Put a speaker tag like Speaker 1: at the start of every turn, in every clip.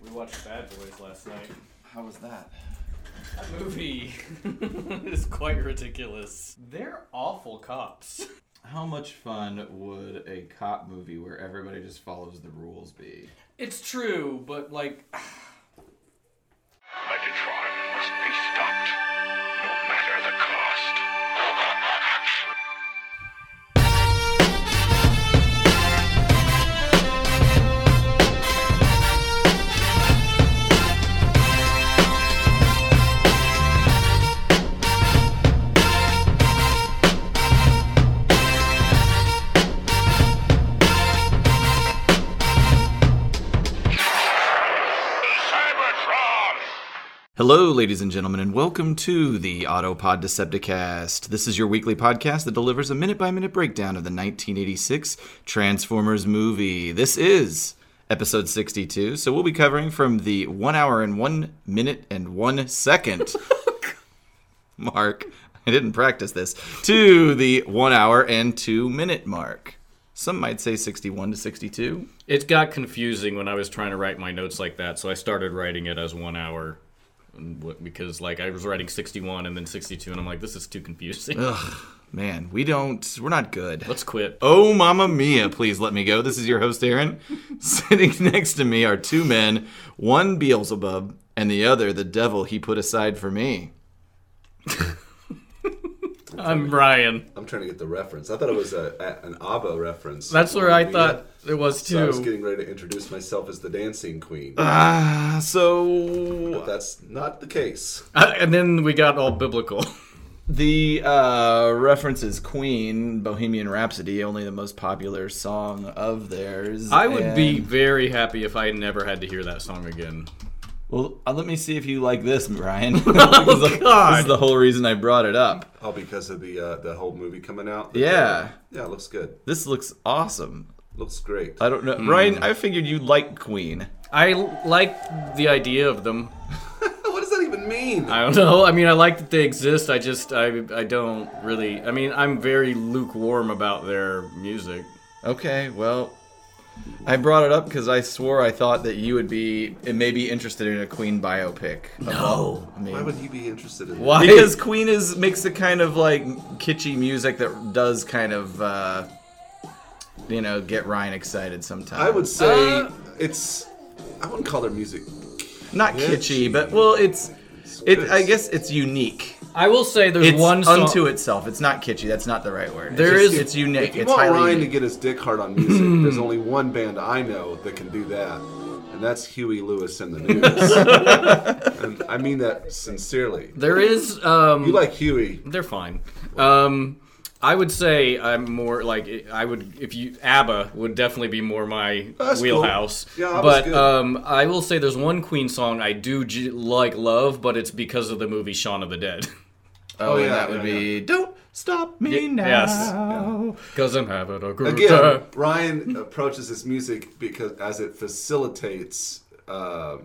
Speaker 1: We watched Bad Boys last night.
Speaker 2: How was that?
Speaker 1: That movie is quite ridiculous. They're awful cops.
Speaker 2: How much fun would a cop movie where everybody just follows the rules be?
Speaker 1: It's true, but like,
Speaker 3: Megatron must be stopped, no matter the cost. Cybertron!
Speaker 2: Hello, ladies and gentlemen, and welcome to the Autopod Decepticast. This is your weekly podcast that delivers a minute by minute breakdown of the 1986 Transformers movie. This is episode 62, so we'll be covering from the one hour and one minute and one second mark. I didn't practice this. To the one hour and two minute mark. Some might say 61 to 62.
Speaker 1: it got confusing when I was trying to write my notes like that, so I started writing it as one hour. and w- Because like I was writing 61 and then 62, and I'm like, this is too confusing.
Speaker 2: Man, we don't, we're not good.
Speaker 1: Let's quit.
Speaker 2: Oh, Mamma Mia, please let me go. This is your host, Aaron. Sitting next to me are two men, one Beelzebub and the other the devil he put aside for me.
Speaker 1: I'm Ryan.
Speaker 4: I'm trying to get the reference. I thought it was a, a- an ABBA reference.
Speaker 1: That's where I
Speaker 4: Yeah.
Speaker 1: thought it was
Speaker 4: So I was
Speaker 1: too.
Speaker 4: getting ready to introduce myself as the dancing queen.
Speaker 2: Ah, so
Speaker 4: but that's not the case.
Speaker 1: Uh, and then we got all biblical.
Speaker 2: the uh, reference is Queen, Bohemian Rhapsody, only the most popular song of theirs.
Speaker 1: I would be
Speaker 2: and-
Speaker 1: very happy if I never had to hear that song again.
Speaker 2: Well, uh, let me see if you like this, Brian. oh, This is
Speaker 1: God.
Speaker 2: the whole reason I brought it up.
Speaker 4: All because of the uh, the whole movie coming out.
Speaker 2: Yeah.
Speaker 4: Yeah, it looks good.
Speaker 2: This looks awesome.
Speaker 4: Looks great.
Speaker 2: I don't know.
Speaker 1: Hmm.
Speaker 2: Ryan, I figured you like Queen.
Speaker 1: I l- like the idea of them.
Speaker 4: what does that even mean?
Speaker 1: I don't know. I mean, I like that they exist. I just, I, I don't really. I mean, I'm very lukewarm about their music.
Speaker 2: Okay, well, I brought it up because I swore I thought that you would be eh, maybe interested in a Queen biopic. No,
Speaker 4: Why would you be interested in
Speaker 1: Why?
Speaker 2: because Queen is makes the kind of like kitschy music that does kind of uh, you know get Ryan excited sometimes.
Speaker 4: that? I would say
Speaker 2: Uh,
Speaker 4: it's. I wouldn't call their music.
Speaker 2: not kitschy, but well, it's it. I guess it's unique.
Speaker 1: I will say there's
Speaker 2: It's
Speaker 1: one song.
Speaker 2: unto itself. It's not kitschy. That's not the right word.
Speaker 1: There
Speaker 2: it's
Speaker 1: is-
Speaker 2: It's unique.
Speaker 4: If you
Speaker 2: it's
Speaker 4: want
Speaker 2: highly
Speaker 4: Ryan to
Speaker 2: unique.
Speaker 4: get his dick hard on music, there's only one band I know that can do that, and that's Huey Lewis and the News. and I mean that sincerely.
Speaker 1: There is. Um,
Speaker 4: You like Huey?
Speaker 1: They're fine. Um, I would say I'm more like I would if you ABBA would definitely be more my
Speaker 4: That's cool.
Speaker 1: wheelhouse.
Speaker 4: Yeah, ABBA's
Speaker 1: but
Speaker 4: good.
Speaker 1: um, I will say there's one Queen song I do g- like love, but it's because of the movie Shaun of the Dead.
Speaker 2: Oh,
Speaker 4: Oh,
Speaker 2: and
Speaker 4: yeah,
Speaker 2: that would
Speaker 4: yeah,
Speaker 2: be don't stop me now.
Speaker 1: yes. Because I'm having a good
Speaker 4: Again,
Speaker 1: time.
Speaker 4: Ryan approaches his music because as it facilitates. Uh,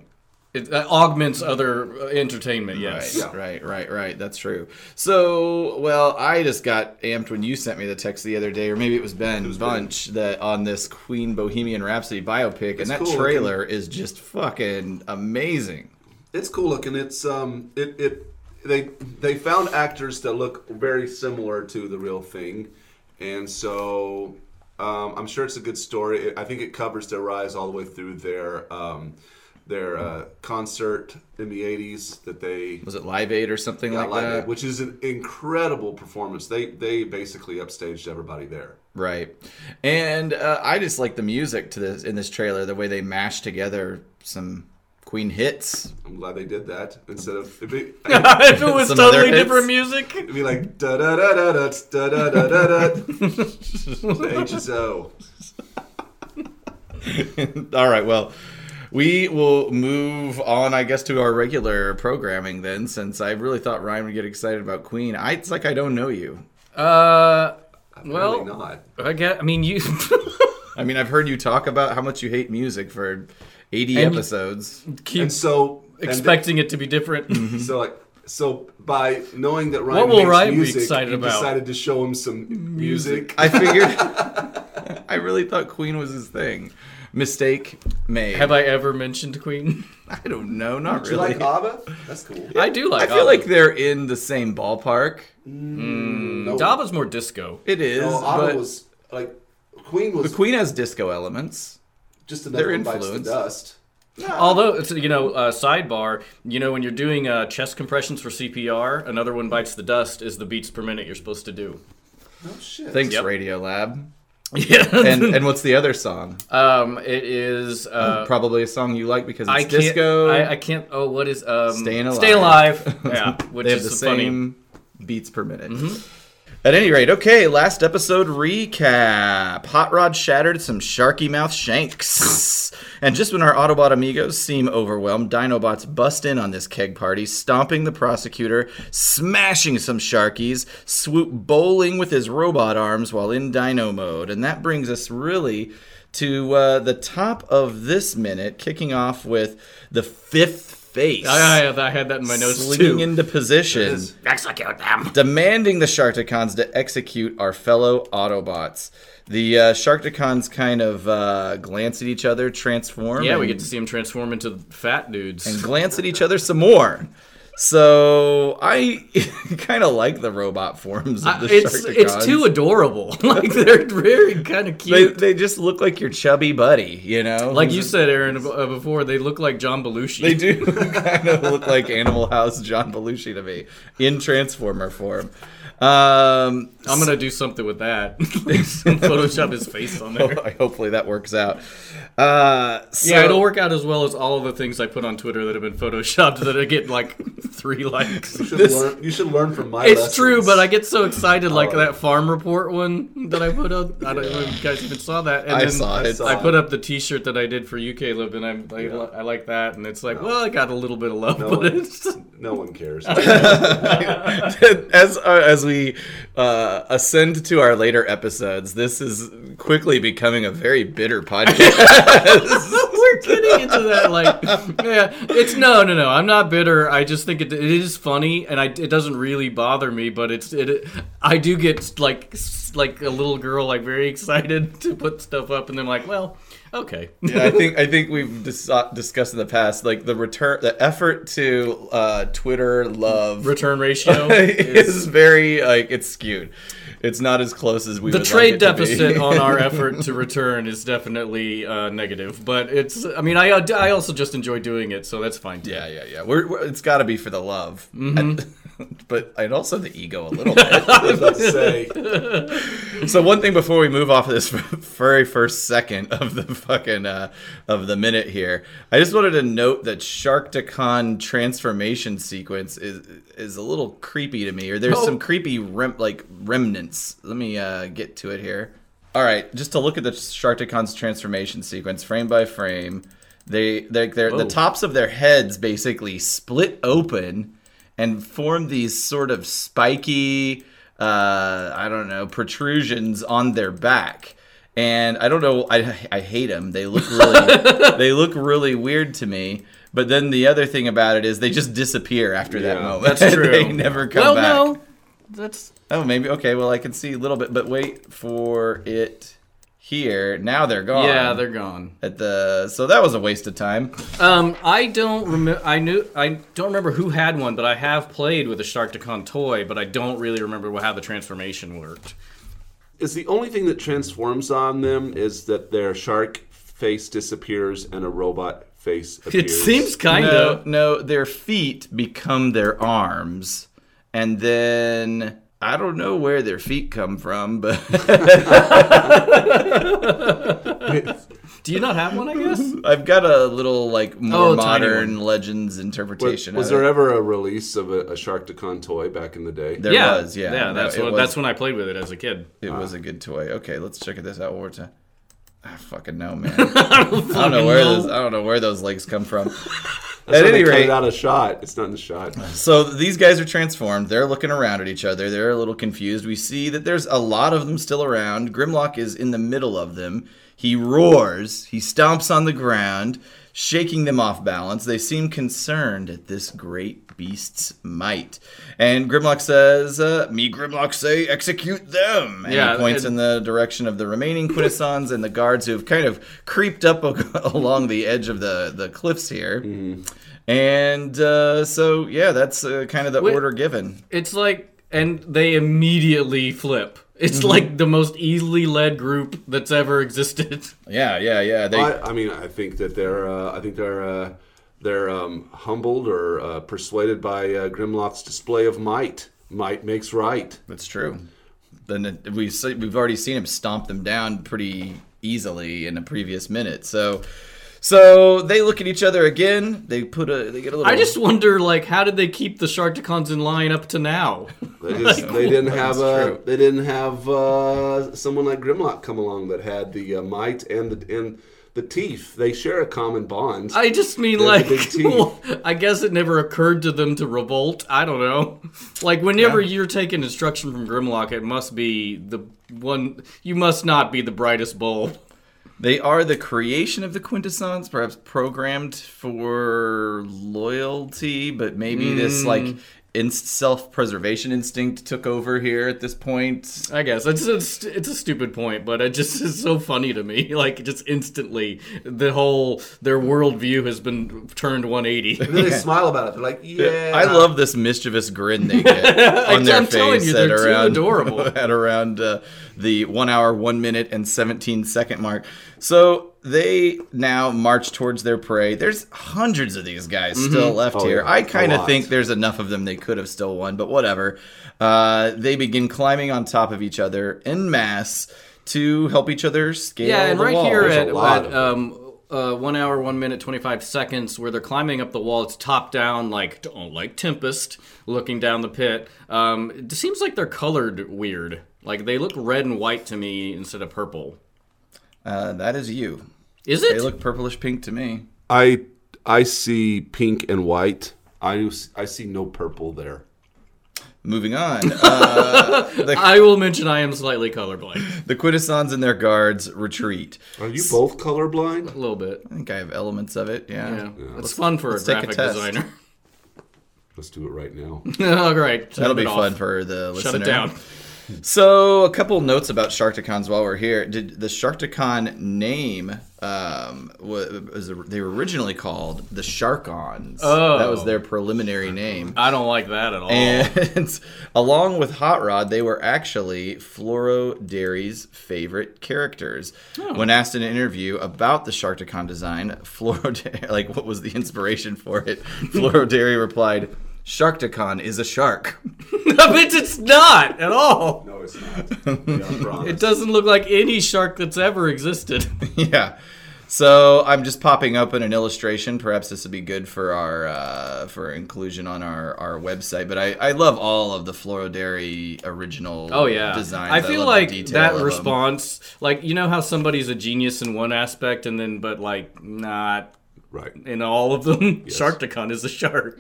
Speaker 1: It that augments other uh, entertainment. Yes.
Speaker 2: Right, right, right, right. That's true. So, well, I just got amped when you sent me the text the other day, or maybe it was Ben Bunch that on this Queen Bohemian Rhapsody biopic, and that
Speaker 4: cool
Speaker 2: trailer is just fucking amazing.
Speaker 4: it's cool looking. It's um, it it they they found actors that look very similar to the real thing, and so um, I'm sure it's a good story. It, I think it covers their rise all the way through their um, their uh, concert in the '80s that they
Speaker 2: Was it Live Aid or something
Speaker 4: got
Speaker 2: like
Speaker 4: live
Speaker 2: that?
Speaker 4: at, which is an incredible performance. They they basically upstaged everybody there.
Speaker 2: Right, and uh, I just like the music to this in this trailer. The way they mash together some Queen hits.
Speaker 4: I'm glad they did that instead of it'd be,
Speaker 1: if it was
Speaker 2: Some other
Speaker 1: totally
Speaker 2: hits.
Speaker 1: different music.
Speaker 4: it'd be like da da da da da da da da da da. The H is O.
Speaker 2: All right, well, we will move on, I guess, to our regular programming then, since I really thought Ryan would get excited about Queen. I, it's like I don't know you.
Speaker 1: Uh,
Speaker 4: Well,
Speaker 1: well,
Speaker 4: not.
Speaker 1: I guess. I mean, you.
Speaker 2: I mean, I've heard you talk about how much you hate music for 80
Speaker 1: And-
Speaker 2: episodes.
Speaker 1: keep
Speaker 4: And so and
Speaker 1: expecting it to be different.
Speaker 2: Mm-hmm.
Speaker 4: th- so like so by knowing that Ryan
Speaker 1: What will
Speaker 4: hates
Speaker 1: Ryan be
Speaker 4: music,
Speaker 1: excited
Speaker 4: you
Speaker 1: about?
Speaker 4: decided to show him some music.
Speaker 2: I figured, I really thought Queen was his thing. Mistake made.
Speaker 1: Have I ever mentioned Queen?
Speaker 2: I don't know. Not
Speaker 4: Do you
Speaker 2: really.
Speaker 4: like Abba? That's cool.
Speaker 1: I do like.
Speaker 2: I feel
Speaker 1: ABBA.
Speaker 2: like they're in the same ballpark.
Speaker 4: No,
Speaker 1: Dabba's more disco.
Speaker 2: It is,
Speaker 4: no,
Speaker 2: but
Speaker 4: Abba was like Queen
Speaker 2: the
Speaker 4: was
Speaker 2: Queen has disco elements.
Speaker 4: just another
Speaker 2: their
Speaker 4: one bites the
Speaker 2: influence.
Speaker 4: dust.
Speaker 1: Although, it's, you know, uh, sidebar, you know, when you're doing uh, chest compressions for CPR, another one bites the dust is the beats per minute you're supposed to do.
Speaker 4: No shit.
Speaker 2: Thanks,
Speaker 1: Yep.
Speaker 2: Radio Lab.
Speaker 1: Yeah.
Speaker 2: And and what's the other song?
Speaker 1: um, it is. Uh,
Speaker 2: Probably a song you like because
Speaker 1: I
Speaker 2: it's
Speaker 1: can't,
Speaker 2: disco.
Speaker 1: I, I can't. Oh, what is um,
Speaker 2: Staying
Speaker 1: Stay
Speaker 2: Alive.
Speaker 1: alive. Yeah, which
Speaker 2: they have
Speaker 1: is
Speaker 2: the
Speaker 1: funny. Mm-hmm.
Speaker 2: same beats per minute. At any rate, okay, last episode recap. Hot Rod shattered some sharky mouth shanks. and just when our Autobot amigos seem overwhelmed, Dinobots bust in on this keg party, stomping the prosecutor, smashing some sharkies, swoop bowling with his robot arms while in dino mode. And that brings us really to uh, the top of this minute, kicking off with the fifth face
Speaker 1: I, I, I had that in my notes
Speaker 2: slinging
Speaker 1: too.
Speaker 2: into position,
Speaker 4: is.
Speaker 2: demanding the Sharktacons to execute our fellow Autobots. The uh, Sharktacons kind of uh, glance at each other, transform.
Speaker 1: yeah, we
Speaker 2: and-
Speaker 1: get to see him transform into fat dudes.
Speaker 2: and glance at each other some more. So I kind of like the robot forms of
Speaker 1: I-
Speaker 2: the
Speaker 1: it's
Speaker 2: Sharktacons.
Speaker 1: it's too adorable. like they're very kind of
Speaker 2: They,
Speaker 1: cute.
Speaker 2: they just look like your chubby buddy, you know.
Speaker 1: like you said, Aaron, ab- uh, before they look like John Belushi.
Speaker 2: They do kind of look like Animal House John Belushi to me in Transformer form. Um,
Speaker 1: I'm gonna do something with that. Photoshop his face on there.
Speaker 2: Ho- hopefully that works out. Uh, so,
Speaker 1: yeah, it'll work out as well as all of the things I put on Twitter that have been photoshopped that I get like three likes.
Speaker 4: You should, learn, you should learn from my
Speaker 1: It's
Speaker 4: lessons.
Speaker 1: true, but I get so excited like
Speaker 4: Oh.
Speaker 1: that farm report one that I put up. I don't know if you guys even saw that. And
Speaker 2: I
Speaker 1: then
Speaker 2: saw it.
Speaker 4: I saw
Speaker 1: I put up the T-shirt that I did for UK Lib, and I'm, I, I like that, and it's like, well, I got a little bit of love,
Speaker 4: No.
Speaker 1: but it's
Speaker 4: No one cares.
Speaker 2: as uh, as we uh, ascend to our later episodes, this is quickly becoming a very bitter podcast.
Speaker 1: we're getting into that like yeah it's no no no i'm not bitter i just think it, it is funny and I, it doesn't really bother me but it's it i do get like s- like a little girl like very excited to put stuff up and then like well okay
Speaker 2: Yeah, I think I think we've dis- uh, discussed in the past, like the return, the effort to uh, Twitter love
Speaker 1: return ratio
Speaker 2: is very like it's skewed. It's not as close as we.
Speaker 1: the
Speaker 2: would like
Speaker 1: trade
Speaker 2: it to be.
Speaker 1: deficit on our effort to return is definitely uh, negative but it's i mean I, uh, I also just enjoy doing it so that's fine too.
Speaker 2: Yeah, yeah, yeah. We're, we're, it's got to be for the love, And- but and also the ego a little bit.
Speaker 4: Let's say
Speaker 2: so one thing before we move off of this very first second of the fucking uh, of the minute here, I just wanted to note that Sharktacon transformation sequence is is a little creepy to me, or there's
Speaker 1: Oh.
Speaker 2: some creepy rem- like remnants. Let me uh, get to it here. All right, just to look at the Sharktacon's transformation sequence, frame by frame, they they they're, the
Speaker 1: Whoa.
Speaker 2: tops of their heads basically split open and form these sort of spiky uh, I don't know protrusions on their back. And I don't know. I, I hate them. They look really they look really weird to me. But then the other thing about it is they just disappear after that
Speaker 4: Yeah,
Speaker 2: moment.
Speaker 1: that's true.
Speaker 2: they never come
Speaker 1: well
Speaker 2: back.
Speaker 1: no that's
Speaker 2: Oh, maybe okay. Well, I can see a little bit, but wait for it here. Now they're gone.
Speaker 1: yeah they're gone
Speaker 2: at the. So that was a waste of time.
Speaker 1: Um, I don't remember. I knew. I don't remember who had one, but I have played with a Sharktacon toy, but I don't really remember wha- how the transformation worked.
Speaker 4: is the only thing that transforms on them is that their shark face disappears and a robot face appears.
Speaker 1: It seems kind
Speaker 2: no,
Speaker 1: of.
Speaker 2: no. Their feet become their arms, and then I don't know where their feet come from, but
Speaker 1: Do you not have one? I guess.
Speaker 2: I've got a little like more
Speaker 1: Oh, tiny
Speaker 2: modern legends interpretation.
Speaker 4: Was
Speaker 2: of
Speaker 4: there
Speaker 2: it.
Speaker 4: ever a release of a, a Sharktacon toy back in the day?
Speaker 2: There
Speaker 1: yeah,
Speaker 2: was. Yeah.
Speaker 1: yeah.
Speaker 2: No,
Speaker 1: That's
Speaker 2: it
Speaker 1: what.
Speaker 2: was-
Speaker 1: That's when I played with it as a kid.
Speaker 2: It was a good toy. Okay, let's check this out one more time. I fucking know, man. I don't know where those. I don't know where those legs come from.
Speaker 4: That's
Speaker 2: At
Speaker 4: why they
Speaker 2: any
Speaker 4: cut it
Speaker 2: rate,
Speaker 4: out of shot. It's not in the shot.
Speaker 2: so these guys are transformed. They're looking around at each other. They're a little confused. We see that there's a lot of them still around. Grimlock is in the middle of them. He roars. He stomps on the ground. Shaking them off balance, they seem concerned at this great beast's might. And Grimlock says, uh, Me Grimlock say, execute them. And
Speaker 1: Yeah,
Speaker 2: he points
Speaker 1: and-
Speaker 2: in the direction of the remaining Quintessons and the guards who have kind of creeped up a- along the edge of the, the cliffs here. And uh, so, yeah, that's uh, kind of the
Speaker 1: Wait.
Speaker 2: order given.
Speaker 1: It's like, and they immediately flip. It's
Speaker 4: Mm-hmm.
Speaker 1: like the most easily led group that's ever existed.
Speaker 2: Yeah, yeah, yeah. They,
Speaker 4: I, I mean, I think that they're, uh, I think they're, uh, they're um, humbled or uh, persuaded by uh, Grimlock's display of might. Might makes right.
Speaker 2: That's true. Then it- we've se- we've already seen him stomp them down pretty easily in a previous minute. So so they look at each other again. They put a they get a little.
Speaker 1: I just wonder, like, how did they keep the Sharktacons in line up to now?
Speaker 4: They, just, they didn't have uh,
Speaker 2: true.
Speaker 4: they didn't have uh, someone like Grimlock come along that had the uh, might and the and the teeth. They share a common bond.
Speaker 1: I just mean,
Speaker 4: They have
Speaker 1: like,
Speaker 4: the big teeth.
Speaker 1: I guess it never occurred to them to revolt. I don't know. Like, whenever
Speaker 2: Yeah.
Speaker 1: you're taking instruction from Grimlock, it must be the one. You must not be the brightest bulb.
Speaker 2: They are the creation of the quintessence, perhaps programmed for loyalty, but maybe this like in- self-preservation instinct took over here at this point.
Speaker 1: I guess it's it's, it's a stupid point, but it just is so funny to me. Like, just instantly, the whole their worldview has been turned 180.
Speaker 4: and then they smile about it. They're like, yeah.
Speaker 2: I love this mischievous grin they get on their
Speaker 1: I'm
Speaker 2: face
Speaker 1: telling you,
Speaker 2: at
Speaker 1: they're too
Speaker 2: around
Speaker 1: adorable.
Speaker 2: at around uh, the one hour, one minute, and seventeen second mark. So they now march towards their prey. There's hundreds of these guys
Speaker 1: Mm-hmm.
Speaker 2: still left
Speaker 4: Oh,
Speaker 2: here.
Speaker 4: yeah.
Speaker 2: I
Speaker 4: A
Speaker 2: kind of
Speaker 4: lot.
Speaker 2: think there's enough of them they could have still won, but whatever. Uh, they begin climbing on top of each other en masse to help each other scale.
Speaker 1: Yeah, and
Speaker 2: the
Speaker 1: right
Speaker 2: wall.
Speaker 1: here
Speaker 4: There's a
Speaker 1: at,
Speaker 4: lot
Speaker 1: at
Speaker 4: of
Speaker 1: um, uh, one hour, one minute, twenty five seconds, where they're climbing up the wall. It's top down, like oh, like Tempest, looking down the pit. Um, it seems like they're colored weird. Like they look red and white to me instead of purple.
Speaker 2: uh, that is you.
Speaker 1: Is
Speaker 2: They
Speaker 1: it?
Speaker 2: look purplish pink to me.
Speaker 4: I I see pink and white. I I see no purple there.
Speaker 2: Moving on. Uh, the
Speaker 1: I will mention I am slightly colorblind,
Speaker 2: The Quintessons and their guards retreat.
Speaker 4: Are you both colorblind?
Speaker 1: a little bit.
Speaker 2: I think I have elements of it. Yeah.
Speaker 1: Yeah, it's fun for a
Speaker 2: take a
Speaker 1: graphic
Speaker 2: test.
Speaker 1: designer.
Speaker 4: Let's do it right now.
Speaker 1: All right,
Speaker 2: That'll be
Speaker 1: turn it
Speaker 2: fun
Speaker 1: off.
Speaker 2: for the listener.
Speaker 1: Shut it down.
Speaker 2: So, a couple notes about Sharktacons while we're here. Did the Sharktacon name um, wa- was they were originally called the Sharkons?
Speaker 1: Oh.
Speaker 2: that was their preliminary name.
Speaker 1: I don't like that at all.
Speaker 2: And along with Hot Rod, they were actually Floro Dairy's favorite characters.
Speaker 1: Oh.
Speaker 2: When asked in an interview about the Sharktacon design, Floro Dairy, like what was the inspiration for it, Floro Dairy replied, Sharktacon is a shark.
Speaker 1: I bet it's not at all.
Speaker 4: No, it's not.
Speaker 1: It doesn't look like any shark that's ever existed.
Speaker 2: yeah. So I'm just popping up in an illustration. Perhaps this would be good for our uh, for inclusion on our, our website. But I, I love all of the Floro Dairy original.
Speaker 1: Oh yeah,
Speaker 2: designs.
Speaker 1: I feel
Speaker 2: love the
Speaker 1: like
Speaker 2: detail
Speaker 1: that
Speaker 2: of 'em.
Speaker 1: response, like you know how somebody's a genius in one aspect and then but like not
Speaker 4: Right.
Speaker 1: in all of them. Sharktacon is a shark.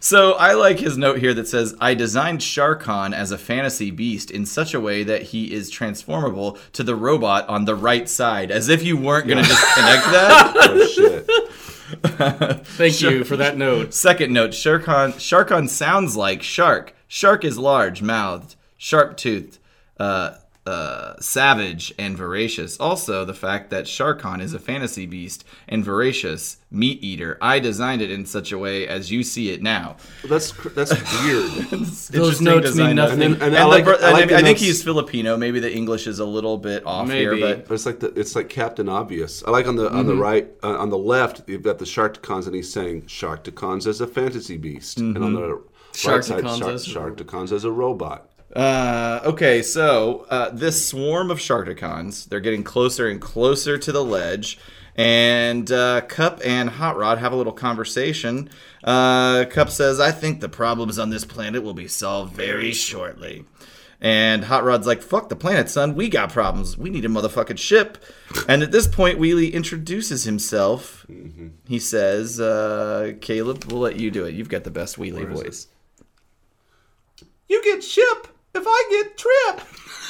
Speaker 2: So I like his note here that says, I designed Sharkon as a fantasy beast in such a way that he is transformable to the robot on the right side. As if you weren't going to just connect that.
Speaker 4: Oh, shit.
Speaker 1: Thank you for that note.
Speaker 2: Second note, Sharkon, Sharkon sounds like shark. Shark is large mouthed, sharp toothed, uh, uh, savage, and voracious. Also, the fact that Sharkon is a fantasy beast and voracious, meat eater. I designed it in such a way as you see it now.
Speaker 4: That's cr- that's weird.
Speaker 1: Those
Speaker 2: Interesting
Speaker 1: notes
Speaker 2: design
Speaker 1: mean
Speaker 2: note.
Speaker 1: nothing.
Speaker 4: And then-
Speaker 2: And,
Speaker 4: I
Speaker 2: the
Speaker 4: like-
Speaker 2: br-
Speaker 4: I
Speaker 2: and I,
Speaker 4: like the
Speaker 2: I think
Speaker 4: notes.
Speaker 2: he's Filipino. Maybe the English is a little bit off
Speaker 1: Maybe.
Speaker 2: here, but
Speaker 4: It's like the it's like Captain Obvious. I like on the
Speaker 1: Mm-hmm.
Speaker 4: on the right uh, on the left you've got the Sharktacons and he's saying Sharktacons as a fantasy beast, and on the right side
Speaker 1: Mm-hmm. Sharktacons
Speaker 4: Shark,
Speaker 1: as a-
Speaker 4: Sharktacons as a robot.
Speaker 2: uh, okay. So uh, this swarm of Sharktacons, they're getting closer and closer to the ledge, and uh, Cup and Hot Rod have a little conversation. Uh, Cup says, "I think the problems on this planet will be solved very shortly." And Hot Rod's like, fuck the planet, son. We got problems. We need a motherfucking ship. And at this point, Wheelie introduces himself. He says, uh, Caleb, we'll let you do it. You've got the best Wheelie voice.
Speaker 4: You get ship if I get trip.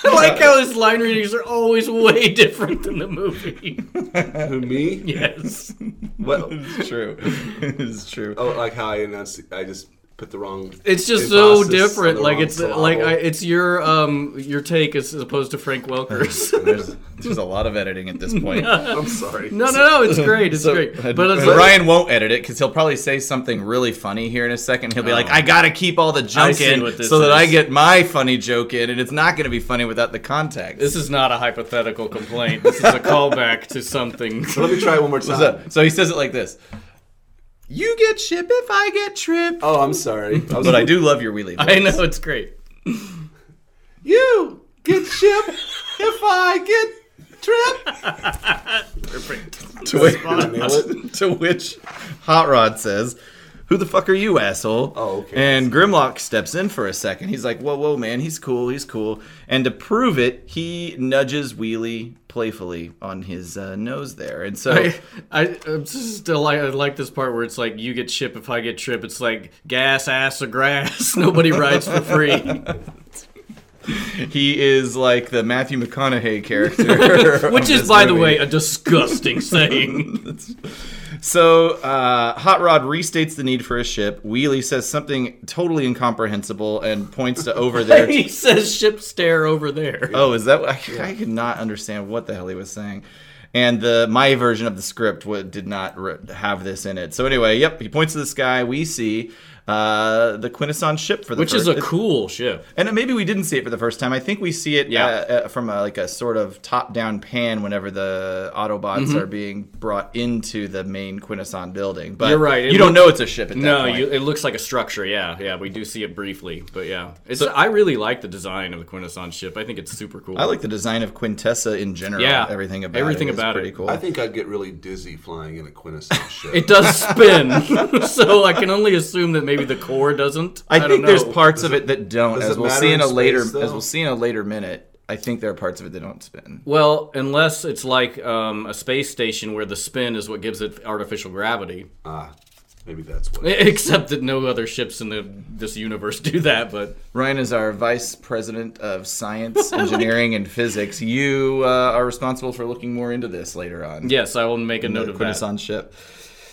Speaker 1: I like how his line readings are always way different than the movie.
Speaker 4: Who, me?
Speaker 1: Yes.
Speaker 4: What?
Speaker 2: It's true. it's true.
Speaker 4: Oh, like how I announced, I just put the wrong.
Speaker 1: It's just so
Speaker 4: emphasis on
Speaker 1: different.
Speaker 4: the
Speaker 1: Like
Speaker 4: wrong
Speaker 1: it's
Speaker 4: syllable.
Speaker 1: like I, it's your um your take as, as opposed to Frank Welker's.
Speaker 2: There's, there's a lot of editing at this point.
Speaker 4: I'm sorry.
Speaker 1: No, no, no. It's great. It's
Speaker 2: So-
Speaker 1: great.
Speaker 2: and-
Speaker 1: But it's
Speaker 2: and Ryan won't edit it because he'll probably say something really funny here in a second. He'll be like, "I gotta keep all the junk
Speaker 1: Oh. see
Speaker 2: in so
Speaker 1: what this
Speaker 2: that I
Speaker 1: is."
Speaker 2: get my funny joke in, and it's not gonna be funny without the context."
Speaker 1: this is not a hypothetical complaint. This is a callback to something.
Speaker 4: Let me try it one more time.
Speaker 2: so, so he says it like this: "You get ship if I get trip."
Speaker 4: Oh, I'm sorry. I was,
Speaker 2: But I do love your wheelie.
Speaker 1: I
Speaker 2: voice.
Speaker 1: know it's great.
Speaker 4: You get ship if I get trip.
Speaker 2: To which, to which Hot Rod says, Who the fuck are you, asshole?
Speaker 4: Oh, okay.
Speaker 2: And Grimlock steps in for a second. He's like, Whoa, whoa, man, he's cool, he's cool. And to prove it, he nudges Wheelie playfully on his uh, nose there. And so.
Speaker 1: I, I I'm still like I like this part where it's like you get ship if I get trip. It's like gas, ass, or grass. Nobody rides for free.
Speaker 2: He is like the Matthew McConaughey character,
Speaker 1: Which
Speaker 2: of
Speaker 1: is,
Speaker 2: this
Speaker 1: by the
Speaker 2: movie.
Speaker 1: way, a disgusting saying.
Speaker 2: So uh, Hot Rod restates the need for a ship. Wheelie says something totally incomprehensible and points to over there.
Speaker 1: he says ship stare over there.
Speaker 2: Oh, is that? I, I could not understand what the hell he was saying. And the my version of the script wa- did not re- have this in it. So anyway, yep, he points to the sky. We see uh, the Quintesson ship for the
Speaker 1: Which
Speaker 2: first,
Speaker 1: is a cool ship.
Speaker 2: and maybe we didn't see it for the first time. I think we see it
Speaker 1: Yeah.
Speaker 2: uh, uh, from a, like a sort of top-down pan whenever the Autobots
Speaker 1: Mm-hmm.
Speaker 2: are being brought into the main Quintesson building. But
Speaker 1: You're right. It
Speaker 2: You don't
Speaker 1: look-
Speaker 2: know it's a ship at that
Speaker 1: No,
Speaker 2: point.
Speaker 1: you, it looks like a structure. Yeah, yeah, we do see it briefly, but yeah, it's. I really like the design of the Quintesson ship. I think it's super cool.
Speaker 2: I like the design of Quintessa in general.
Speaker 1: Yeah.
Speaker 2: everything about
Speaker 1: Everything
Speaker 2: it is
Speaker 1: about it.
Speaker 2: pretty cool.
Speaker 4: I think I'd get really dizzy flying in a quintessence ship.
Speaker 1: It does spin, so I can only assume that maybe the core doesn't.
Speaker 2: I,
Speaker 1: don't
Speaker 2: think there's
Speaker 1: know.
Speaker 2: parts of it that don't,
Speaker 4: does
Speaker 2: as
Speaker 4: it
Speaker 2: we'll
Speaker 4: matter
Speaker 2: see in
Speaker 4: in
Speaker 2: a
Speaker 4: space,
Speaker 2: later
Speaker 4: though?
Speaker 2: as we'll see in a later minute. I think there are parts of it that don't spin.
Speaker 1: Well, unless it's like um, a space station where the spin is what gives it artificial gravity. e-,
Speaker 4: ah, maybe that's what.
Speaker 1: Except that no other ships in the this universe do that. But
Speaker 2: Ryan is our vice president of science, engineering, and physics. You uh, are responsible for looking more into this later on.
Speaker 1: yes, I will make a note
Speaker 2: the
Speaker 1: of that.
Speaker 2: Quintesson ship.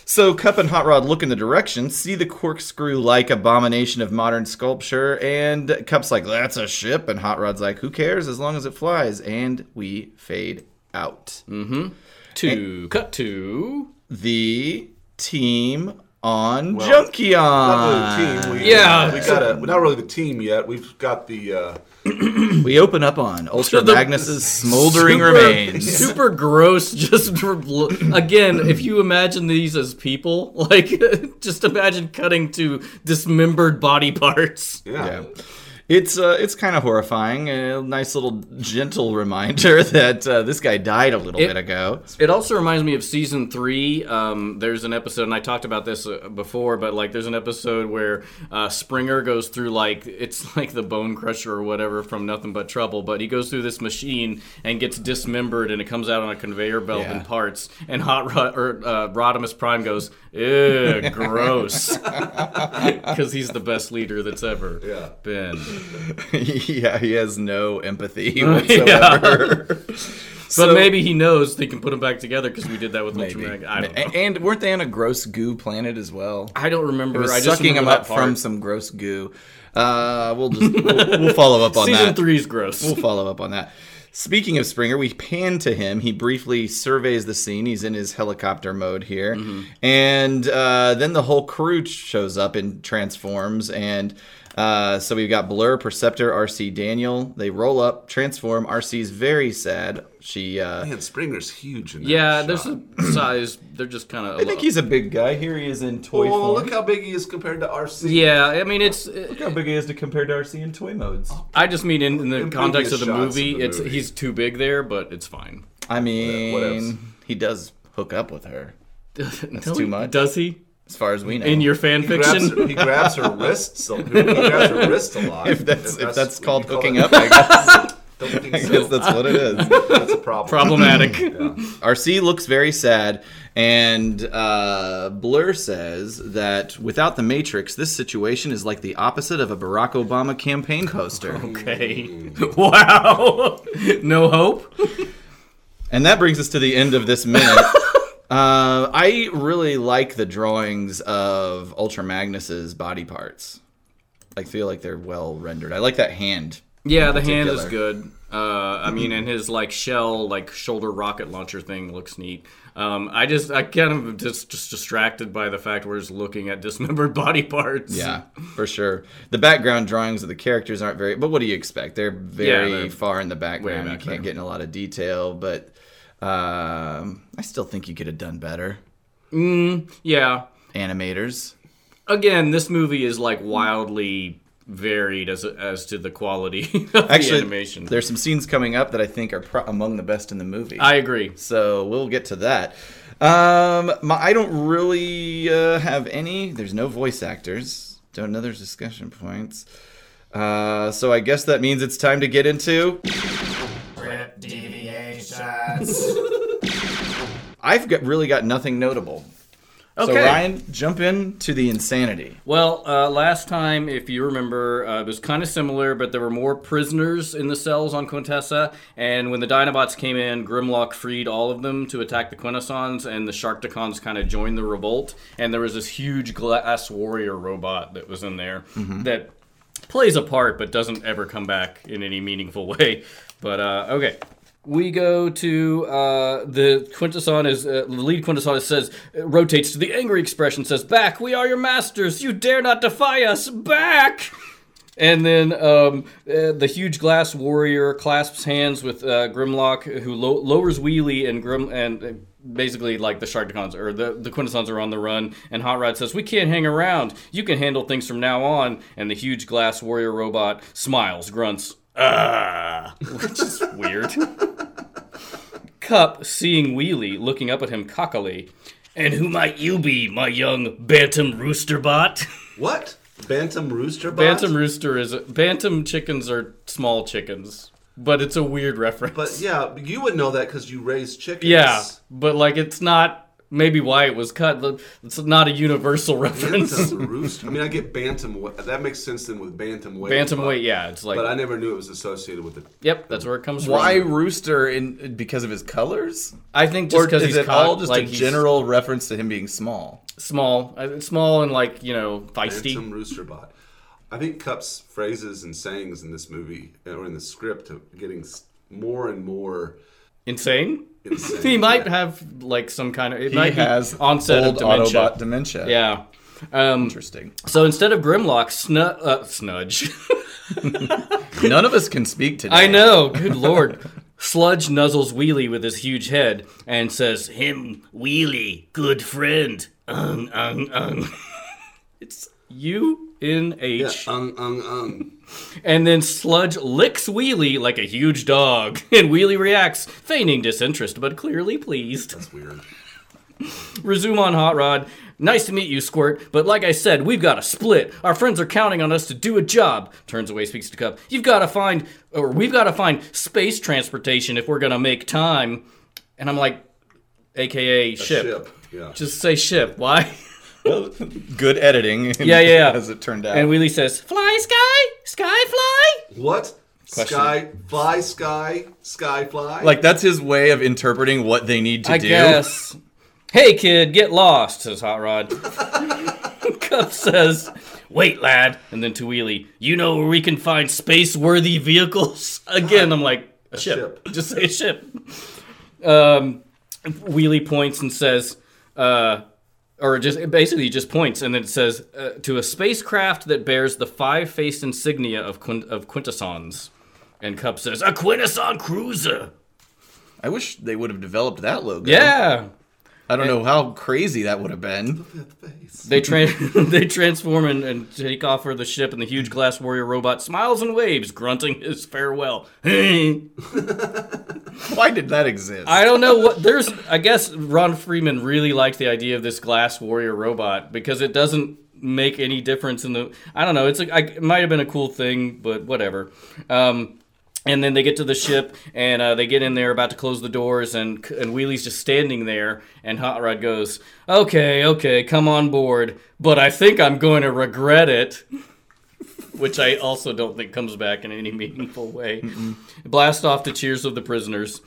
Speaker 2: So Cup and Hot Rod look in the direction, see the corkscrew-like abomination of modern sculpture, and Cup's like, "That's a ship," and Hot Rod's like, "Who cares? As long as it flies." And we fade out.
Speaker 1: To cut to
Speaker 2: the team on
Speaker 4: Well, Not
Speaker 2: Junkion.
Speaker 4: really the team. We, uh,
Speaker 1: Yeah.
Speaker 4: we got a. Not really the team yet. We've got the. Uh,
Speaker 2: We open up on Ultra
Speaker 1: the-
Speaker 2: Magnus's smoldering
Speaker 1: super,
Speaker 2: remains.
Speaker 1: Super gross. Just for bl- again, if you imagine these as people, like just imagine cutting to dismembered body parts.
Speaker 4: yeah.
Speaker 2: Yeah. It's uh, it's kind of horrifying. A nice little gentle reminder that uh, this guy died a little
Speaker 1: It-
Speaker 2: bit ago.
Speaker 1: It also reminds me of season three. Um, there's an episode, and I talked about this uh, before, but like there's an episode where uh, Springer goes through like it's like the Bone Crusher or whatever from Nothing But Trouble, but he goes through this machine and gets dismembered, and it comes out on a conveyor belt
Speaker 2: Yeah.
Speaker 1: in parts. And Hot Rod or uh, Rodimus Prime goes, "Ew, gross," because he's the best leader that's ever
Speaker 4: Yeah.
Speaker 1: been.
Speaker 2: yeah, he has no empathy whatsoever.
Speaker 1: But maybe he knows they can put him back together because we did that with
Speaker 2: Maybe.
Speaker 1: Ultraman. I don't know.
Speaker 2: A- And weren't they on a gross goo planet as well?
Speaker 1: I don't remember.
Speaker 2: It was
Speaker 1: I just
Speaker 2: sucking him
Speaker 1: remember that
Speaker 2: up
Speaker 1: part.
Speaker 2: from some gross goo. Uh, we'll just we'll, we'll follow up on
Speaker 1: Season
Speaker 2: that.
Speaker 1: three's gross.
Speaker 2: We'll follow up on that. Speaking of Springer, we pan to him. He briefly surveys the scene. He's in his helicopter mode here. And uh, then the whole crew shows up and transforms. And uh, so we've got Blur, Perceptor, RC, Daniel. They roll up, transform. RC's very sad. She. Uh,
Speaker 4: Man, Springer's huge. In that
Speaker 1: yeah,
Speaker 4: shot.
Speaker 1: there's a size. They're just kind of.
Speaker 2: I think he's a big guy. Here he is in toy
Speaker 4: Oh,
Speaker 2: form.
Speaker 4: look how big he is compared to RC.
Speaker 1: Yeah, I mean it's. uh,
Speaker 2: how big he is to compare to RC in toy modes.
Speaker 1: I just mean in, in the
Speaker 4: In
Speaker 1: context of the
Speaker 4: previous shots
Speaker 1: movie,
Speaker 4: of the
Speaker 1: it's
Speaker 4: movie.
Speaker 1: he's too big there, but it's fine.
Speaker 2: I mean,
Speaker 4: what else?
Speaker 2: he does hook up with her,
Speaker 1: That's
Speaker 2: too much.
Speaker 1: Does he?
Speaker 2: as far as we know.
Speaker 1: In your fan
Speaker 4: He grabs,
Speaker 1: fiction?
Speaker 4: her, he grabs her wrist. So he grabs her wrist a lot.
Speaker 2: if that's if that's
Speaker 4: what
Speaker 2: called
Speaker 4: you call
Speaker 2: hooking
Speaker 4: it.
Speaker 2: up, I guess.
Speaker 4: Don't think
Speaker 2: I guess
Speaker 4: so.
Speaker 2: that's what it is.
Speaker 4: That's a problem.
Speaker 1: Problematic.
Speaker 2: RC looks very sad, and uh, Blur says that without the Matrix, this situation is like the opposite of a Barack Obama campaign poster.
Speaker 1: Okay. Wow. no hope.
Speaker 2: And that brings us to the end of this minute. uh, I really like the drawings of Ultra Magnus's body parts. I feel like they're well rendered. I like that hand.
Speaker 1: Yeah, the hand is
Speaker 2: particular.
Speaker 1: good. Uh, I mean, and his like shell, like shoulder rocket launcher thing looks neat. Um, I just, I kind of just, just distracted by the fact we're just looking at dismembered body parts.
Speaker 2: Yeah, for sure. The background drawings of the characters aren't very, but what do you expect? They're very
Speaker 1: they're
Speaker 2: far in the background.
Speaker 1: way
Speaker 2: you
Speaker 1: back
Speaker 2: can't
Speaker 1: there.
Speaker 2: get in a lot of detail, but um, I still think you could have done better.
Speaker 1: Yeah.
Speaker 2: Animators.
Speaker 1: Again, this movie is like wildly varied as as to the quality of
Speaker 2: Actually,
Speaker 1: the animation.
Speaker 2: there's some scenes coming up that I think are pro- among the best in the movie.
Speaker 1: I agree.
Speaker 2: so we'll get to that. Um, my, I don't really uh, have any. There's no voice actors. Don't know. There's discussion points. Uh, so I guess that means it's time to get into. I've got, really got nothing notable. So
Speaker 1: Okay.
Speaker 2: Ryan, jump in to the insanity.
Speaker 1: Well, uh, last time, if you remember, uh, it was kind of similar, but there were more prisoners in the cells on Quintessa. And when the Dinobots came in, Grimlock freed all of them to attack the Quintessons, and the Sharkticons kind of joined the revolt. And there was this huge glass warrior robot that was in there that plays a part, but doesn't ever come back in any meaningful way. But uh, okay. We go to uh, the quintesson is uh, the lead quintesson is says rotates to the angry expression says back we are your masters you dare not defy us back and then um, uh, the huge glass warrior clasps hands with uh, Grimlock, who lo- lowers Wheelie and Grim and uh, basically like the Sharkticons or the the Quintessons are on the run. And Hot Rod says, "We can't hang around. You can handle things from now on." And the huge glass warrior robot smiles, grunts, "Ah," which is weird. Cup, seeing Wheelie, looking up at him cockily, and who might you be, my young bantam roosterbot?
Speaker 4: What? Bantam rooster bot?
Speaker 1: Bantam rooster is bantam chickens are small chickens, but it's a weird reference.
Speaker 4: But yeah, you would know that because you raise chickens.
Speaker 1: yeah, but like it's not maybe why it was cut. but It's not a universal reference.
Speaker 4: Bantam rooster. I mean, I get bantam. wa- That makes sense then with bantam weight.
Speaker 1: Bantam
Speaker 4: but-
Speaker 1: weight, yeah, it's like
Speaker 4: But I never knew it was associated with it.
Speaker 1: yep, that's where it comes
Speaker 2: Why
Speaker 1: from.
Speaker 2: rooster? In because of his colors,
Speaker 1: I think just because he's
Speaker 2: is it
Speaker 1: cock-
Speaker 2: all just
Speaker 1: like
Speaker 2: a
Speaker 1: he's
Speaker 2: general reference to him being small?
Speaker 1: small, uh, small and like you know feisty.
Speaker 4: Bantam rooster bot. I think Cup's phrases and sayings in this movie or in the script are getting s- more and more
Speaker 1: Insane.
Speaker 4: insane.
Speaker 1: He might have like some kind of it
Speaker 2: He
Speaker 1: might
Speaker 2: has
Speaker 1: be onset
Speaker 2: old
Speaker 1: of dementia.
Speaker 2: Autobot dementia.
Speaker 1: Yeah. Um,
Speaker 2: interesting.
Speaker 1: so instead of Grimlock, snu- uh, snudge.
Speaker 2: None of us can speak today.
Speaker 1: I know. Good lord. Sludge nuzzles Wheelie with his huge head and says, "Him, Wheelie, good friend." Ung, ung, ung. it's U N
Speaker 4: Yeah,
Speaker 1: H.
Speaker 4: ung, ung, ung.
Speaker 1: And then Sludge licks Wheelie like a huge dog, and Wheelie reacts, feigning disinterest but clearly pleased.
Speaker 4: That's weird.
Speaker 1: Resume on Hot Rod. Nice to meet you, Squirt, but like I said, we've got to split. Our friends are counting on us to do a job. Turns away, speaks to Cup. You've got to find, or we've got to find space transportation if we're going to make time. And I'm like, AKA ship.
Speaker 4: Ship. Yeah.
Speaker 1: Just say ship. Why?
Speaker 2: Good editing.
Speaker 1: Yeah, yeah, yeah.
Speaker 2: As it turned out.
Speaker 1: And Wheelie says, Fly, Sky? Sky, fly?
Speaker 4: what? Sky, fly, sky, sky, fly.
Speaker 2: like that's his way of interpreting what they need to
Speaker 1: I
Speaker 2: do.
Speaker 1: guess. Hey, kid, get lost, says Hot Rod. Cuff says, Wait, lad. And then to Wheelie, You know where we can find space worthy vehicles? Again, I'm like, A ship.
Speaker 4: ship.
Speaker 1: Just say a ship. Um, Wheelie points and says, uh, or just it basically just points and then it says uh, to a spacecraft that bears the five-faced insignia of Quint- of quintessons and cup says a quintesson cruiser
Speaker 2: I wish they would have developed that logo.
Speaker 1: yeah
Speaker 2: I don't know how crazy that would have been.
Speaker 4: Face.
Speaker 1: They tran they transform and, and take off for the ship, and the huge glass warrior robot smiles and waves, grunting his farewell. I
Speaker 2: Why did that exist?
Speaker 1: don't know what there's. I guess Ron Freeman really liked the idea of this glass warrior robot because it doesn't make any difference in the. I don't know. It's a, I, it might have been a cool thing, but whatever. Um, And then they get to the ship, and uh, they get in there, about to close the doors, and and Wheelie's just standing there. And Hot Rod goes, "Okay, okay, come on board, but I think I'm going to regret it." Which I also don't think comes back in any meaningful way. Blast off the cheers of the prisoners,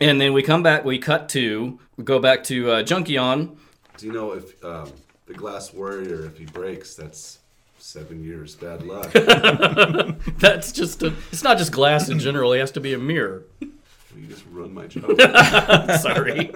Speaker 1: and then we come back. We cut to we go back to uh, Junkion.
Speaker 4: Do you know if um, the glass warrior, if he breaks, that's seven years bad luck. well,
Speaker 1: That's just a, it's not just glass in general. It has to be a mirror.
Speaker 4: you just ruined my joke.
Speaker 1: Sorry.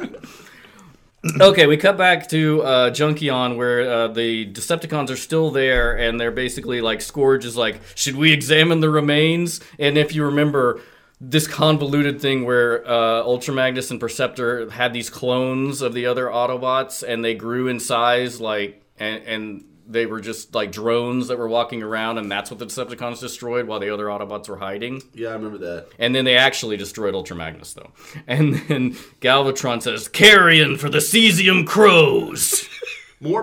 Speaker 1: okay, we cut back to uh, Junkion where uh, the Decepticons are still there, and they're basically like Scourge is like, "Should we examine the remains?" And if you remember this convoluted thing where uh, Ultra Magnus and Perceptor had these clones of the other Autobots, and they grew in size, like, and, and they were just like drones that were walking around, and that's what the Decepticons destroyed while the other Autobots were hiding.
Speaker 4: yeah, I remember that.
Speaker 1: And then they actually destroyed Ultra Magnus, though. And then Galvatron says, Carrion for the Cesium Crows!
Speaker 4: More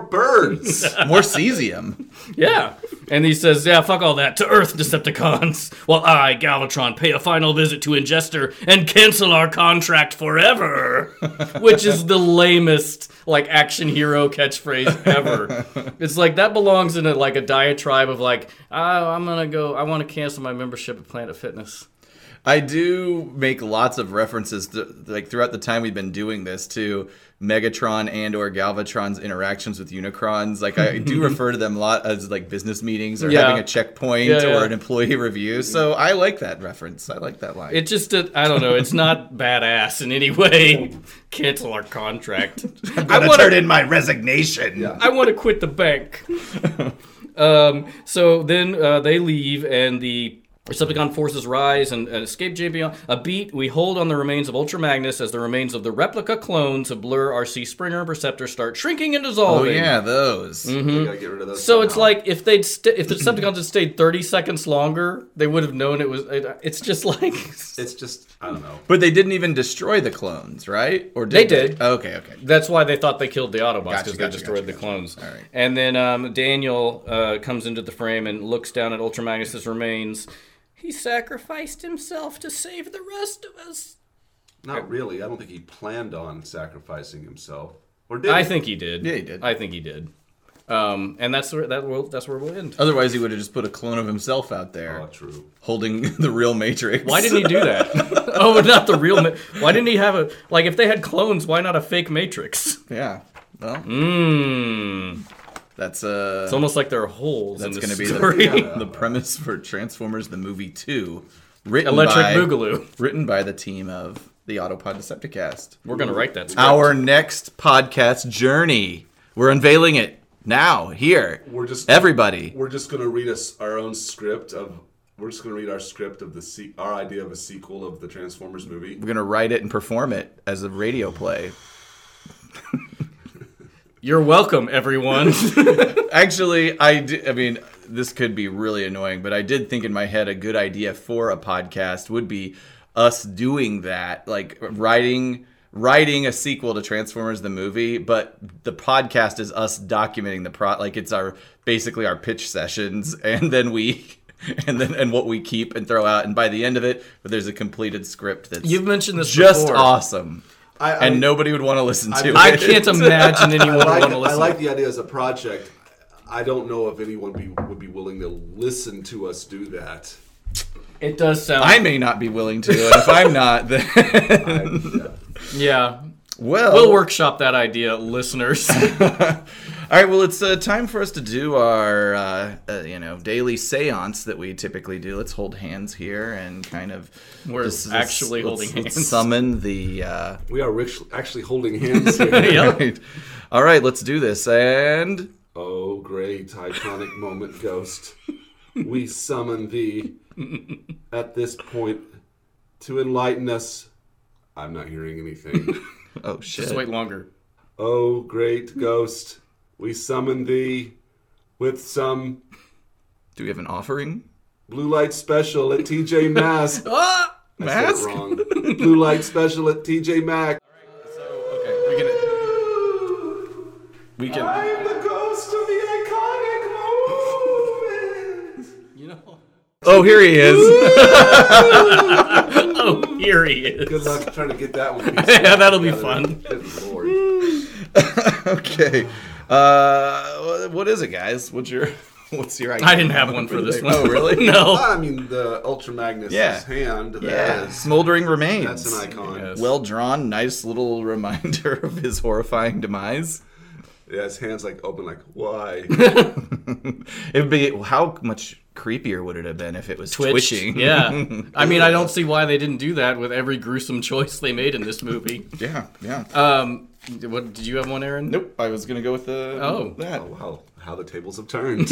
Speaker 4: birds.
Speaker 2: More cesium.
Speaker 1: yeah. And he says, Yeah, fuck all that. To Earth, Decepticons. While I, Galvatron, pay a final visit to Ingester and cancel our contract forever. Which is the lamest, like, action hero catchphrase ever. it's like, that belongs in, a, like, a diatribe of, like, oh, I'm gonna go, I wanna cancel my membership at Planet Fitness.
Speaker 2: I do make lots of references to, like throughout the time we've been doing this to Megatron and or Galvatron's interactions with Unicrons. Like I do refer to them a lot as like business meetings or
Speaker 1: Yeah.
Speaker 2: having a checkpoint
Speaker 1: Yeah, yeah.
Speaker 2: or an employee review. So I like that reference. I like that line.
Speaker 1: It just, uh, I don't know. It's not badass in any way. Cancel our contract. I want to.
Speaker 2: in my resignation.
Speaker 4: Yeah.
Speaker 1: I want to quit the bank. um, so then uh, they leave, and the Decepticon forces rise and, and escape JB. A beat, we hold on the remains of Ultra Magnus as the remains of the replica clones of Blur, RC, Springer, and Perceptor start shrinking and
Speaker 2: Oh
Speaker 1: dissolving.
Speaker 2: yeah, those.
Speaker 1: Mm-hmm.
Speaker 4: You gotta get rid of those.
Speaker 1: So it's
Speaker 4: somehow.
Speaker 1: like if they'd st- if the Decepticons had stayed thirty seconds longer, they would have known it was. It, it's just like
Speaker 4: it's just I don't know.
Speaker 2: But they didn't even destroy the clones, right? Or
Speaker 1: They
Speaker 2: did
Speaker 1: did.
Speaker 2: Okay, okay.
Speaker 1: That's why they thought they killed the Autobots because
Speaker 2: Gotcha,
Speaker 1: they
Speaker 2: gotcha,
Speaker 1: destroyed
Speaker 2: gotcha,
Speaker 1: the
Speaker 2: gotcha.
Speaker 1: clones.
Speaker 2: All right.
Speaker 1: And then um, Daniel uh, comes into the frame and looks down at Ultra Magnus's remains. He sacrificed himself to save the rest of us.
Speaker 4: Not really. I don't think he planned on sacrificing himself. Or did
Speaker 1: I
Speaker 4: he?
Speaker 1: think he did.
Speaker 2: Yeah, he did.
Speaker 1: I think he did. Um, and that's where that will that's where we'll end.
Speaker 2: Otherwise, he would have just put a clone of himself out there
Speaker 4: Oh, true.
Speaker 2: holding the real Matrix.
Speaker 1: Why didn't he do that? oh, not the real. Ma- why didn't he have a like? If they had clones, why not a fake Matrix?
Speaker 2: Yeah. Well,
Speaker 1: Hmm.
Speaker 2: that's uh
Speaker 1: It's almost like there are holes
Speaker 2: That's
Speaker 1: in
Speaker 2: going to
Speaker 1: this
Speaker 2: be
Speaker 1: story.
Speaker 2: the, the premise for Transformers the Movie 2, written,
Speaker 1: Electric
Speaker 2: by,
Speaker 1: Boogaloo.
Speaker 2: written by the team of the Autopod Decepticast.
Speaker 1: We're gonna write that. script.
Speaker 2: Our next podcast journey. We're unveiling it now, here.
Speaker 4: We're just-
Speaker 2: Everybody.
Speaker 4: We're just gonna read us our own script of. We're just gonna read our script of the se- our idea of a sequel of the Transformers movie.
Speaker 2: We're going to write it and perform it as a radio play.
Speaker 1: You're welcome, everyone.
Speaker 2: Actually, I, d- I mean, this could be really annoying, but I did think in my head a good idea for a podcast would be us doing that, like writing writing a sequel to Transformers the movie, but the podcast is us documenting the pro, like it's our basically our pitch sessions, and then we. And then and what we keep and throw out, and by the end of it, there's a completed script that's
Speaker 1: You've mentioned this
Speaker 2: just
Speaker 1: before.
Speaker 2: awesome,
Speaker 4: I, I,
Speaker 2: and nobody would want to listen to it.
Speaker 1: I can't imagine anyone
Speaker 4: I
Speaker 1: would
Speaker 4: like,
Speaker 1: want to
Speaker 4: I
Speaker 1: listen.
Speaker 4: like the idea as a project. I don't know if anyone be, would be willing to listen to us do that.
Speaker 1: it does sound.
Speaker 2: I may not be willing to, and if I'm not, then
Speaker 4: I, yeah.
Speaker 1: yeah,
Speaker 2: well,
Speaker 1: we'll workshop that idea, listeners.
Speaker 2: All right, well, it's uh, time for us to do our, uh, uh, you know, daily seance that we typically do. Let's hold hands here and kind of.
Speaker 1: We're actually holding
Speaker 2: let's
Speaker 1: hands.
Speaker 2: Summon the. Uh,
Speaker 4: We are rich, actually holding hands here.
Speaker 1: Yep.
Speaker 2: right. All right, let's do this. And
Speaker 4: oh, great iconic moment, ghost. We summon thee at this point to enlighten us. I'm not hearing anything.
Speaker 2: oh shit!
Speaker 1: Just wait longer.
Speaker 4: Oh, great ghost, we summon thee with some
Speaker 2: Do we have an offering?
Speaker 4: blue light special at TJ Mask.
Speaker 2: Ah,
Speaker 4: I said
Speaker 2: mask.
Speaker 4: it wrong. Blue light special at TJ Maxx.
Speaker 2: Okay, we can. We can.
Speaker 4: I'm the ghost of the iconic moment.
Speaker 1: You know.
Speaker 2: Oh, here he is.
Speaker 1: Oh, here he
Speaker 4: Good
Speaker 1: is.
Speaker 4: luck trying to get that one.
Speaker 1: Yeah, that'll be fun.
Speaker 4: Good lord.
Speaker 2: okay. Uh, what is it, guys? What's your What's your idea?
Speaker 1: I didn't have one for this one.
Speaker 2: Oh, really?
Speaker 1: no.
Speaker 4: I mean, the Ultra Magnus'
Speaker 2: Yeah.
Speaker 4: hand. that
Speaker 2: Yeah.
Speaker 4: is-
Speaker 2: Smoldering remains.
Speaker 4: that's an icon.
Speaker 1: Yes.
Speaker 2: Well drawn, nice little reminder of his horrifying demise.
Speaker 4: Yeah, his hands like open, like why?
Speaker 2: It'd be how much creepier would it have been if it was
Speaker 1: Twitch.
Speaker 2: twitching?
Speaker 1: Yeah. I mean, I don't see why they didn't do that with every gruesome choice they made in this movie.
Speaker 2: yeah, yeah.
Speaker 1: Um, what did you have one, Aaron?
Speaker 2: nope, I was gonna go with the
Speaker 1: Oh.
Speaker 2: that.
Speaker 4: oh wow, how the tables have turned.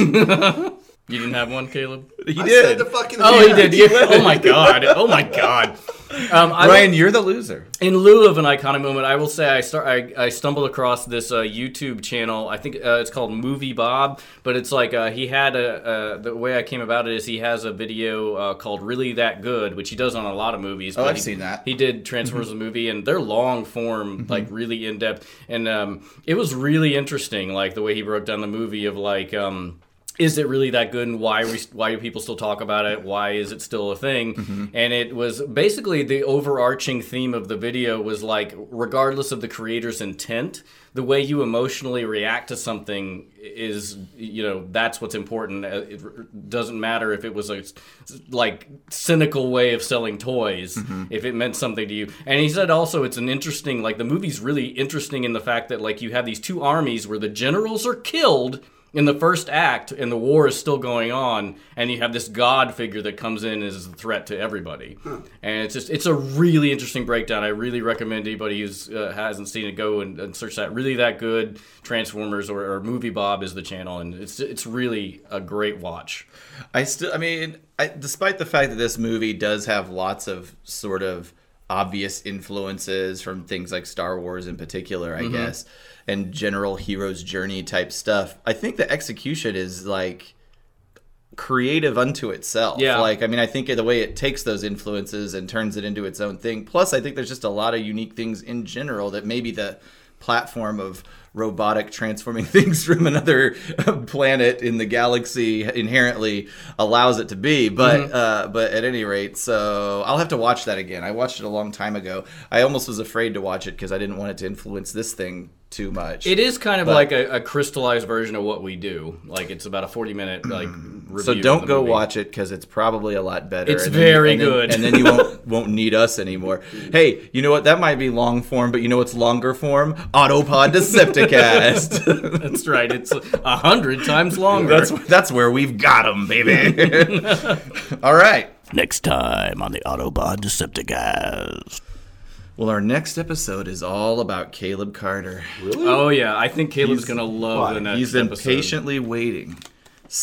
Speaker 1: You didn't have one, Caleb.
Speaker 2: He
Speaker 4: I
Speaker 2: did.
Speaker 4: said the fucking.
Speaker 1: Oh, he
Speaker 4: hand.
Speaker 1: did. You- oh my god. Oh my god. Um, I
Speaker 2: Ryan, you're the loser.
Speaker 1: in lieu of an iconic moment, I will say I start I, I stumbled across this uh, YouTube channel. I think uh, it's called Movie Bob, but it's like uh, he had a uh, the way I came about it is he has a video uh, called "Really That Good," which he does on a lot of movies.
Speaker 2: Oh,
Speaker 1: but
Speaker 2: I've
Speaker 1: he-
Speaker 2: seen that.
Speaker 1: He did Transformers the movie, and they're long form, like really in depth, and um, it was really interesting, like the way he broke down the movie of like. Um, is it really that good and why are we why do people still talk about it why is it still a thing and it was basically the overarching theme of the video was like regardless of the creator's intent the way you emotionally react to something is you know that's what's important Uh, it doesn't matter if it was a like cynical way of selling toys if it meant something to you and he said also it's an interesting like the movie's really interesting in the fact that like you have these two armies where the generals are killed in the first act and the war is still going on and you have this god figure that comes in as a threat to everybody and it's just it's a really interesting breakdown i really recommend anybody who's uh, hasn't seen it go and, and search that really that good transformers or, or movie bob is the channel and it's it's really a great watch
Speaker 2: I still, I mean, I, despite the fact that this movie does have lots of sort of obvious influences from things like Star Wars in particular, I guess, and general hero's journey type stuff, I think the execution is like creative unto itself.
Speaker 1: Yeah.
Speaker 2: Like, I mean, I think the way it takes those influences and turns it into its own thing. Plus, I think there's just a lot of unique things in general that maybe the platform of robotic transforming things from another planet in the galaxy inherently allows it to be. But uh, but at any rate, so I'll have to watch that again. I watched it a long time ago. I almost was afraid to watch it because I didn't want it to influence this thing too much.
Speaker 1: it is kind of like a, a crystallized version of what we do like it's about a 40 minute like review
Speaker 2: So
Speaker 1: of
Speaker 2: don't
Speaker 1: the
Speaker 2: go
Speaker 1: movie.
Speaker 2: watch it because it's probably a lot better.
Speaker 1: It's very
Speaker 2: and then-
Speaker 1: good.
Speaker 2: and then you won't won't need us anymore. Hey, you know what? That might be long form, but you know what's longer form? Autopod Decepticast.
Speaker 1: that's right it's a hundred times longer
Speaker 2: that's that's where we've got them, baby. All right.
Speaker 5: Next time on the Autobot Decepticast.
Speaker 2: Well, our next episode is all about Caleb Carter.
Speaker 1: oh yeah i think caleb's gonna
Speaker 4: why?
Speaker 1: love the next
Speaker 2: He's been
Speaker 1: episode.
Speaker 2: patiently waiting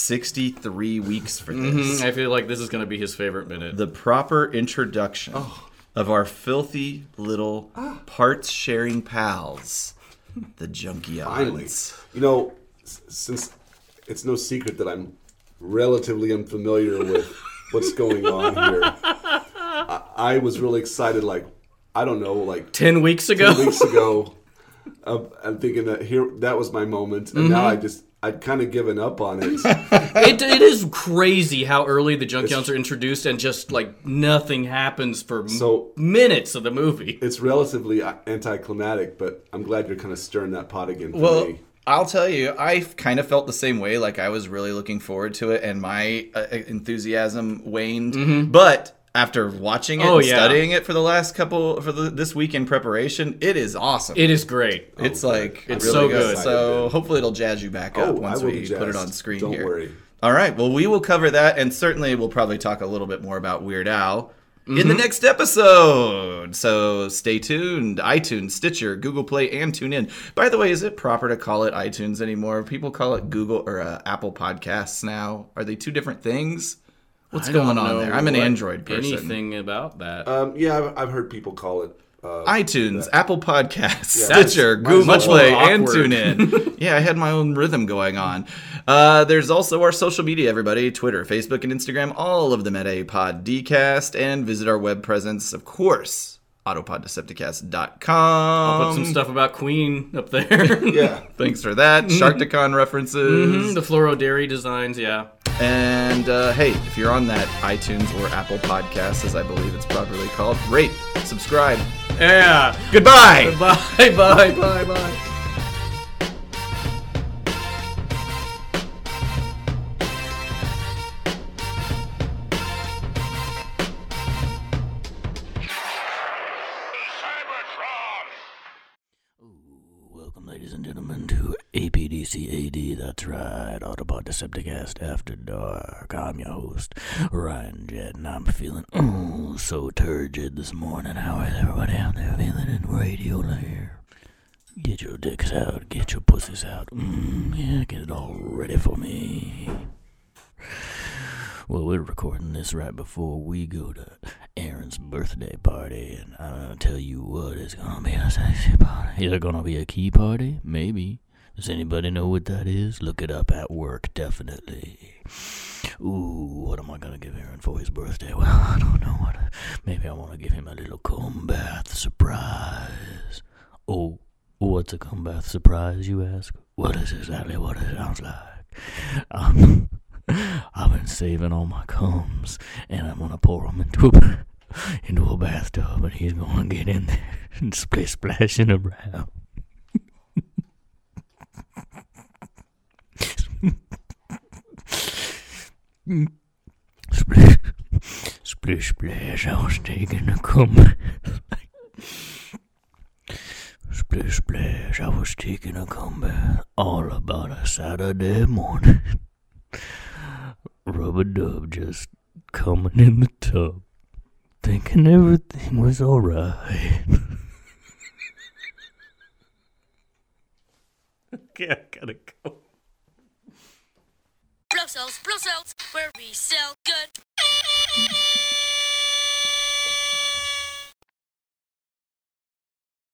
Speaker 2: 63 weeks for this.
Speaker 1: Mm-hmm. I feel like this is going to be his favorite minute.
Speaker 2: the proper introduction of our filthy little parts sharing pals, the Junkie
Speaker 4: Finally,
Speaker 2: Islands.
Speaker 4: you know, s- since it's no secret that I'm relatively unfamiliar with what's going on here, I, I was really excited. Like, I don't know, like
Speaker 1: Ten weeks ago,
Speaker 4: two weeks ago. Uh, I'm thinking that here that was my moment, and now
Speaker 2: Mm-hmm.
Speaker 4: I just I'd kind of given up on it.
Speaker 1: it, it is crazy how early the Junkions are introduced, and just like nothing happens for m-
Speaker 4: So-
Speaker 1: minutes of the movie.
Speaker 4: it's relatively uh, anticlimactic, but I'm glad you're kind of stirring that pot again for
Speaker 2: Well,
Speaker 4: me.
Speaker 2: I'll tell you, I kind of felt the same way. Like I was really looking forward to it, and my uh, enthusiasm waned. But after watching it
Speaker 1: Oh,
Speaker 2: and
Speaker 1: yeah.
Speaker 2: studying it for the last couple for the, this week in preparation, it is awesome.
Speaker 1: It is great.
Speaker 2: it's like
Speaker 1: It's
Speaker 2: really
Speaker 1: so
Speaker 2: good.
Speaker 1: good.
Speaker 2: So hopefully it'll jazz you back up
Speaker 4: Oh,
Speaker 2: once
Speaker 4: I will be
Speaker 2: we put it
Speaker 4: jazzed.
Speaker 2: on screen
Speaker 4: Don't
Speaker 2: here.
Speaker 4: worry.
Speaker 2: All right. Well, we will cover that, and certainly we'll probably talk a little bit more about Weird Al in the
Speaker 1: Mm-hmm.
Speaker 2: next episode. So stay tuned. iTunes, Stitcher, Google Play, and TuneIn. By the way, is it proper to call it iTunes anymore? People call it Google or uh, Apple Podcasts now. Are they two different things? What's
Speaker 1: I don't
Speaker 2: going on
Speaker 1: know
Speaker 2: there? I'm an
Speaker 1: what-
Speaker 2: Android person.
Speaker 1: Anything about that?
Speaker 4: Um, yeah, I've, I've heard people call it. Uh,
Speaker 2: iTunes, Apple Podcasts,
Speaker 4: Yeah.
Speaker 2: Stitcher,
Speaker 4: Mine's
Speaker 2: Google
Speaker 4: much
Speaker 2: Play,
Speaker 1: more
Speaker 2: and
Speaker 1: awkward.
Speaker 2: TuneIn. yeah, I had my own rhythm going on. Uh, there's also our social media, everybody Twitter, Facebook, and Instagram, all of them at APOD Dcast, and visit our web presence, of course, autopoddecepticast.com.
Speaker 1: Put some stuff Mm-hmm. about Queen up there.
Speaker 4: yeah.
Speaker 2: Thanks for that. Sharkticon references.
Speaker 1: the fluoro dairy Mm-hmm, designs. Yeah.
Speaker 2: And uh, hey, if you're on that iTunes or Apple Podcasts, as I believe it's properly called, rate, subscribe.
Speaker 1: Yeah.
Speaker 2: Goodbye.
Speaker 1: Bye, bye, bye, bye.
Speaker 3: Cybertron!
Speaker 5: Welcome, ladies and gentlemen, to APDCAD. That's right, Autobot Decepticast After Dark. I'm your host, Ryan Jett, and I'm feeling oh so turgid this morning. How is everybody out there feeling in radio land? Get your dicks out, get your pussies out. Mm, yeah, get it all ready for me. Well, we're recording this right before we go to Aaron's birthday party, and I'll tell you what, it's gonna be a sexy party. Is it gonna be a key party? Maybe. Does anybody know what that is? Look it up at work, definitely. Ooh, what am I gonna give Aaron for his birthday? Well, I don't know what. Maybe I want to give him a little comb bath surprise. Oh, what's a comb bath surprise? You ask. Well, that's exactly what it sounds like. Um, I've been saving all my combs, and I'm gonna pour them into a into a bathtub, and he's gonna get in there and splish splashing around. splish, splish splash. I was taking a cum. splish splash. I was taking a cum bath all about a Saturday morning rub a dub just coming in the tub, thinking everything was alright. okay, I gotta go.
Speaker 6: Brussels, Brussels, where we sell good